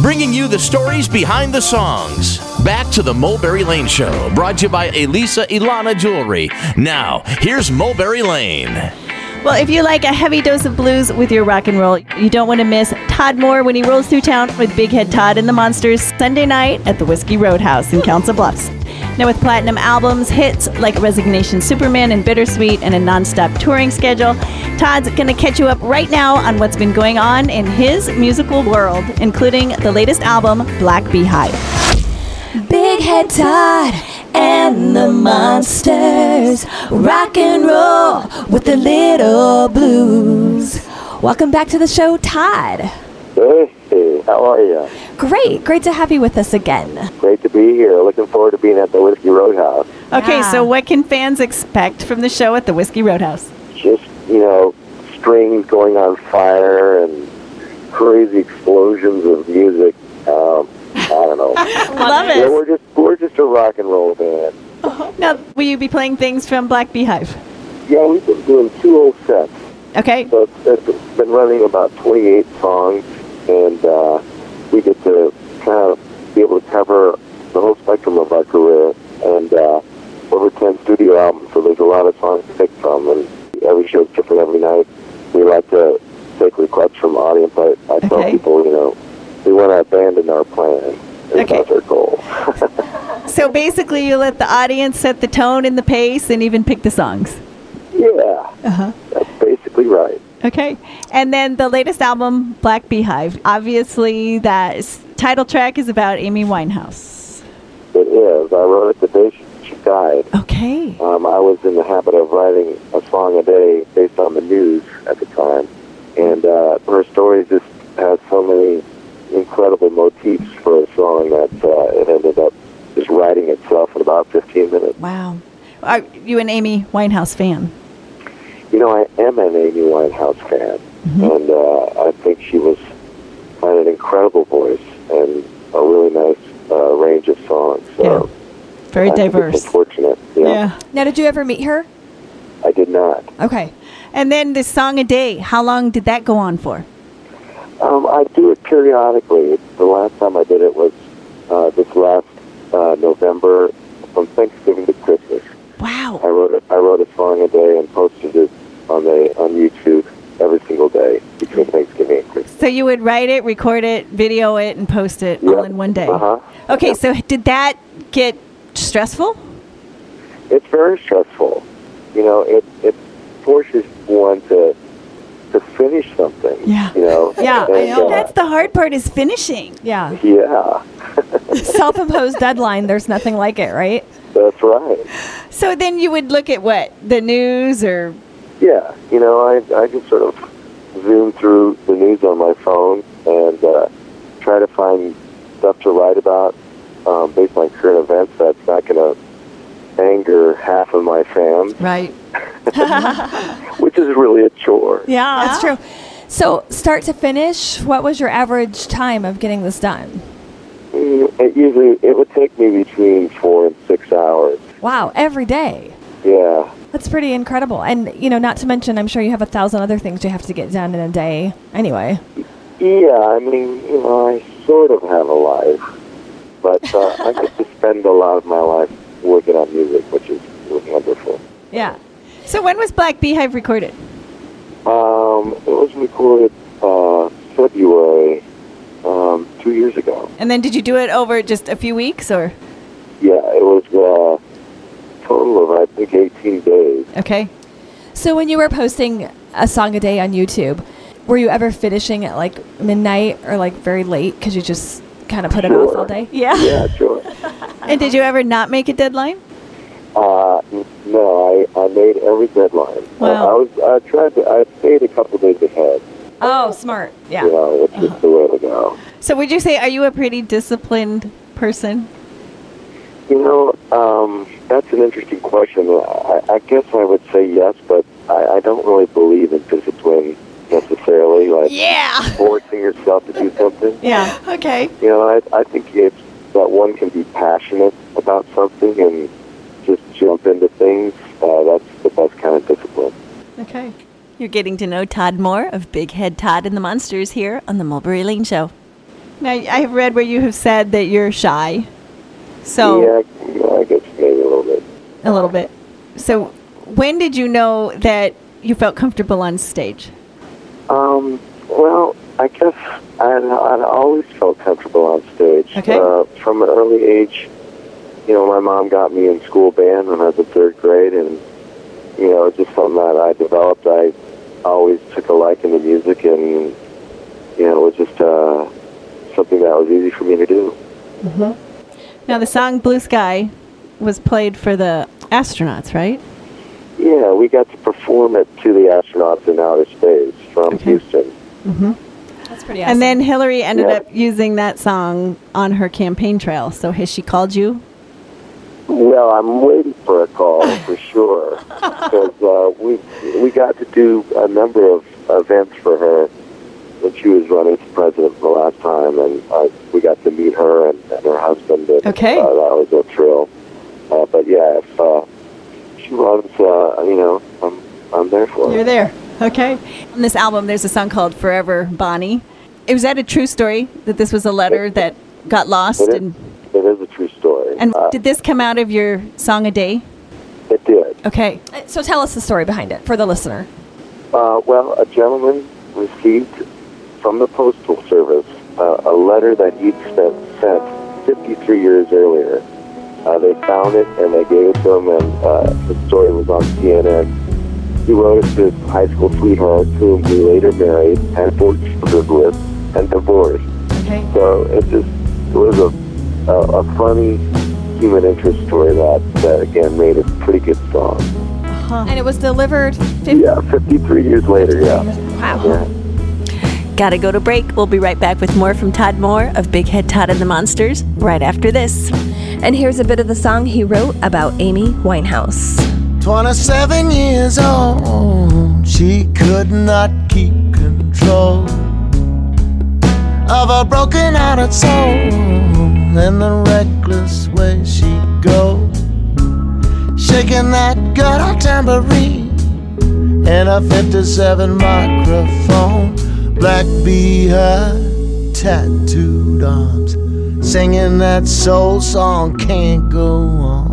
bringing you the stories behind the songs. Back to the Mulberry Lane Show, brought to you by Elisa Ilana Jewelry. Now, here's Mulberry Lane. Well, if you like a heavy dose of blues with your rock and roll, you don't want to miss Todd Moore when he rolls through town with Big Head Todd and the Monsters Sunday night at the Whiskey Roadhouse in Council Bluffs. Now, with platinum albums, hits like Resignation Superman and Bittersweet, and a nonstop touring schedule, Todd's going to catch you up right now on what's been going on in his musical world, including the latest album, Black Beehive. Big Head Todd and the Monsters. Rock and roll with the little blues. Welcome back to the show, Todd. Hey, how are you? Great, great to have you with us again. Great to be here. Looking forward to being at the Whiskey Roadhouse. Okay, Yeah. so what can fans expect from the show at the Whiskey Roadhouse? Just, you know, strings going on fire and crazy explosions of music. Um, I don't know. Love yeah, it. we're just we're just a rock and roll band. Now, will you be playing things from Black Beehive? Yeah, we've been doing two old sets. Okay. So it's, it's been running about 28 songs, and uh, we get to kind of be able to cover the whole spectrum of our career and uh, over 10 studio albums. So there's a lot of songs to pick from, and every show's different every night. We like to take requests from the audience. I, I tell Okay. people, you know, we want to abandon our plan. It's Okay. not our goal. So basically, you let the audience set the tone and the pace and even pick the songs. yeah, Uh-huh. that's basically right. Okay. And then the latest album, Black Beehive. Obviously, that s- title track is about Amy Winehouse. It is. I wrote it the day she- she died. Okay. Um, I was in the habit of writing a song a day based on the news at the time, and uh, her story just had so many incredible motifs for a song that uh, it ended up just writing itself in about 15 minutes. Wow. Are you an Amy Winehouse fan? You know, I am an Amy Winehouse fan, Mm-hmm. and uh, I think she was had an incredible voice and a really nice uh, range of songs. So Very I think It's diverse. unfortunate. Yeah, Now, did you ever meet her? I did not. Okay. And then the song a day. How long did that go on for? Um, I do it periodically. The last time I did it was uh, this last uh, November, from Thanksgiving to Christmas. I Wow. wrote a, I wrote a song a day and posted it on the on YouTube every single day between Thanksgiving and Christmas. So you would write it, record it, video it, and post it all Yep. in one day. Uh-huh. Okay. Yep. So did that get stressful? It's very stressful. You know, it it forces one to to finish something. Yeah. You know. Yeah, I And, know. uh, That's the hard part is finishing. Yeah. yeah, Self imposed deadline, there's nothing like it, right? that's right. So then you would look at what the news or Yeah, you know, I I just sort of zoom through the news on my phone and uh, try to find stuff to write about um, based on current events that's not going to anger half of my fans, right? which is really a chore. Yeah, That's true. So, start to finish, what was your average time of getting this done? Mm, It usually it would take me between four and six hours. Wow, every day. Yeah, That's pretty incredible. And, you know, not to mention, I'm sure you have a thousand other things you have to get done in a day anyway. yeah. I mean, you know, I sort of have a life, but uh, I get to spend a lot of my life working on music, which is wonderful. Yeah. So when was Black Beehive recorded? Um, it was recorded uh, February um, two years ago. And then did you do it over just a few weeks or Yeah, it was uh, total of I think 18 days. okay? So when you were posting a song a day on YouTube, were you ever finishing at like midnight or like very late because you just kind of put it off Sure. all day? Yeah. Yeah, sure. and did you ever not make a deadline? Uh, n- no, I, I made every deadline. Wow. I, I was I tried to I stayed a couple days ahead. Oh, smart. Yeah. You know, it's just the way to go. So would you say are you a pretty disciplined person? You know, um, that's an interesting question. I, I guess I would say yes, but I, I don't really believe in discipline necessarily, like Yeah. forcing yourself to do something. Yeah. Okay. You know, I, I think it's that one can be passionate about something and just jump into things. Uh, that's the best kind of discipline. Okay. You're getting to know Todd Moore of Big Head Todd and the Monsters here on the Mulberry Lane Show. Now, I have read where you have said that you're shy. So, yeah, I, I guess maybe a little bit. a little bit. So, when did you know that you felt comfortable on stage? Um, well, I guess I'd, I'd always felt comfortable on stage. Okay. Uh, from an early age, you know, my mom got me in school band when I was in third grade, and, you know, it's just something that I developed. I always took a liking to music, and, you know, it was just uh, something that was easy for me to do. Now, the song Blue Sky was played for the astronauts, right? Yeah, we got to perform it to the astronauts in outer space from Okay. Houston. That's pretty And then Hillary ended Yeah. up using that song on her campaign trail. So, has she called you? Well, I'm waiting for a call for sure because uh, we we got to do a number of events for her when she was running for president for the last time, and uh, we got to meet her and, and her husband. And, Okay. uh, that was a thrill. Uh, but yeah, if uh, she runs, uh, you know, I'm I'm there for You're her. there. Okay. On this album, there's a song called Forever Bonnie. It was that a true story that this was a letter that got lost? It And, is, it is a true story. and uh, did this come out of your song a day? it did. Okay. Uh, So tell us the story behind it for the listener. Uh, well, a gentleman received from the Postal Service uh, a letter that he'd spent, sent 53 years earlier. Uh, they found it and they gave it to him, and uh, the story was on CNN. He wrote it to his high school sweetheart, whom he later married, had four children with, and divorced. Okay. So it just it was a, a, a funny human interest story that, that again made a pretty good song. And it was delivered. 50- Yeah, 53 years later, yeah. Wow. yeah. Gotta go to break. We'll be right back with more from Todd Moore of Big Head Todd and the Monsters right after this. And here's a bit of the song he wrote about Amy Winehouse. 27 years old, she could not keep control of her broken hearted soul and the reckless way she goes, shaking that good old tambourine and a 57 microphone, black beehide tattooed arms, singing that soul song can't go on.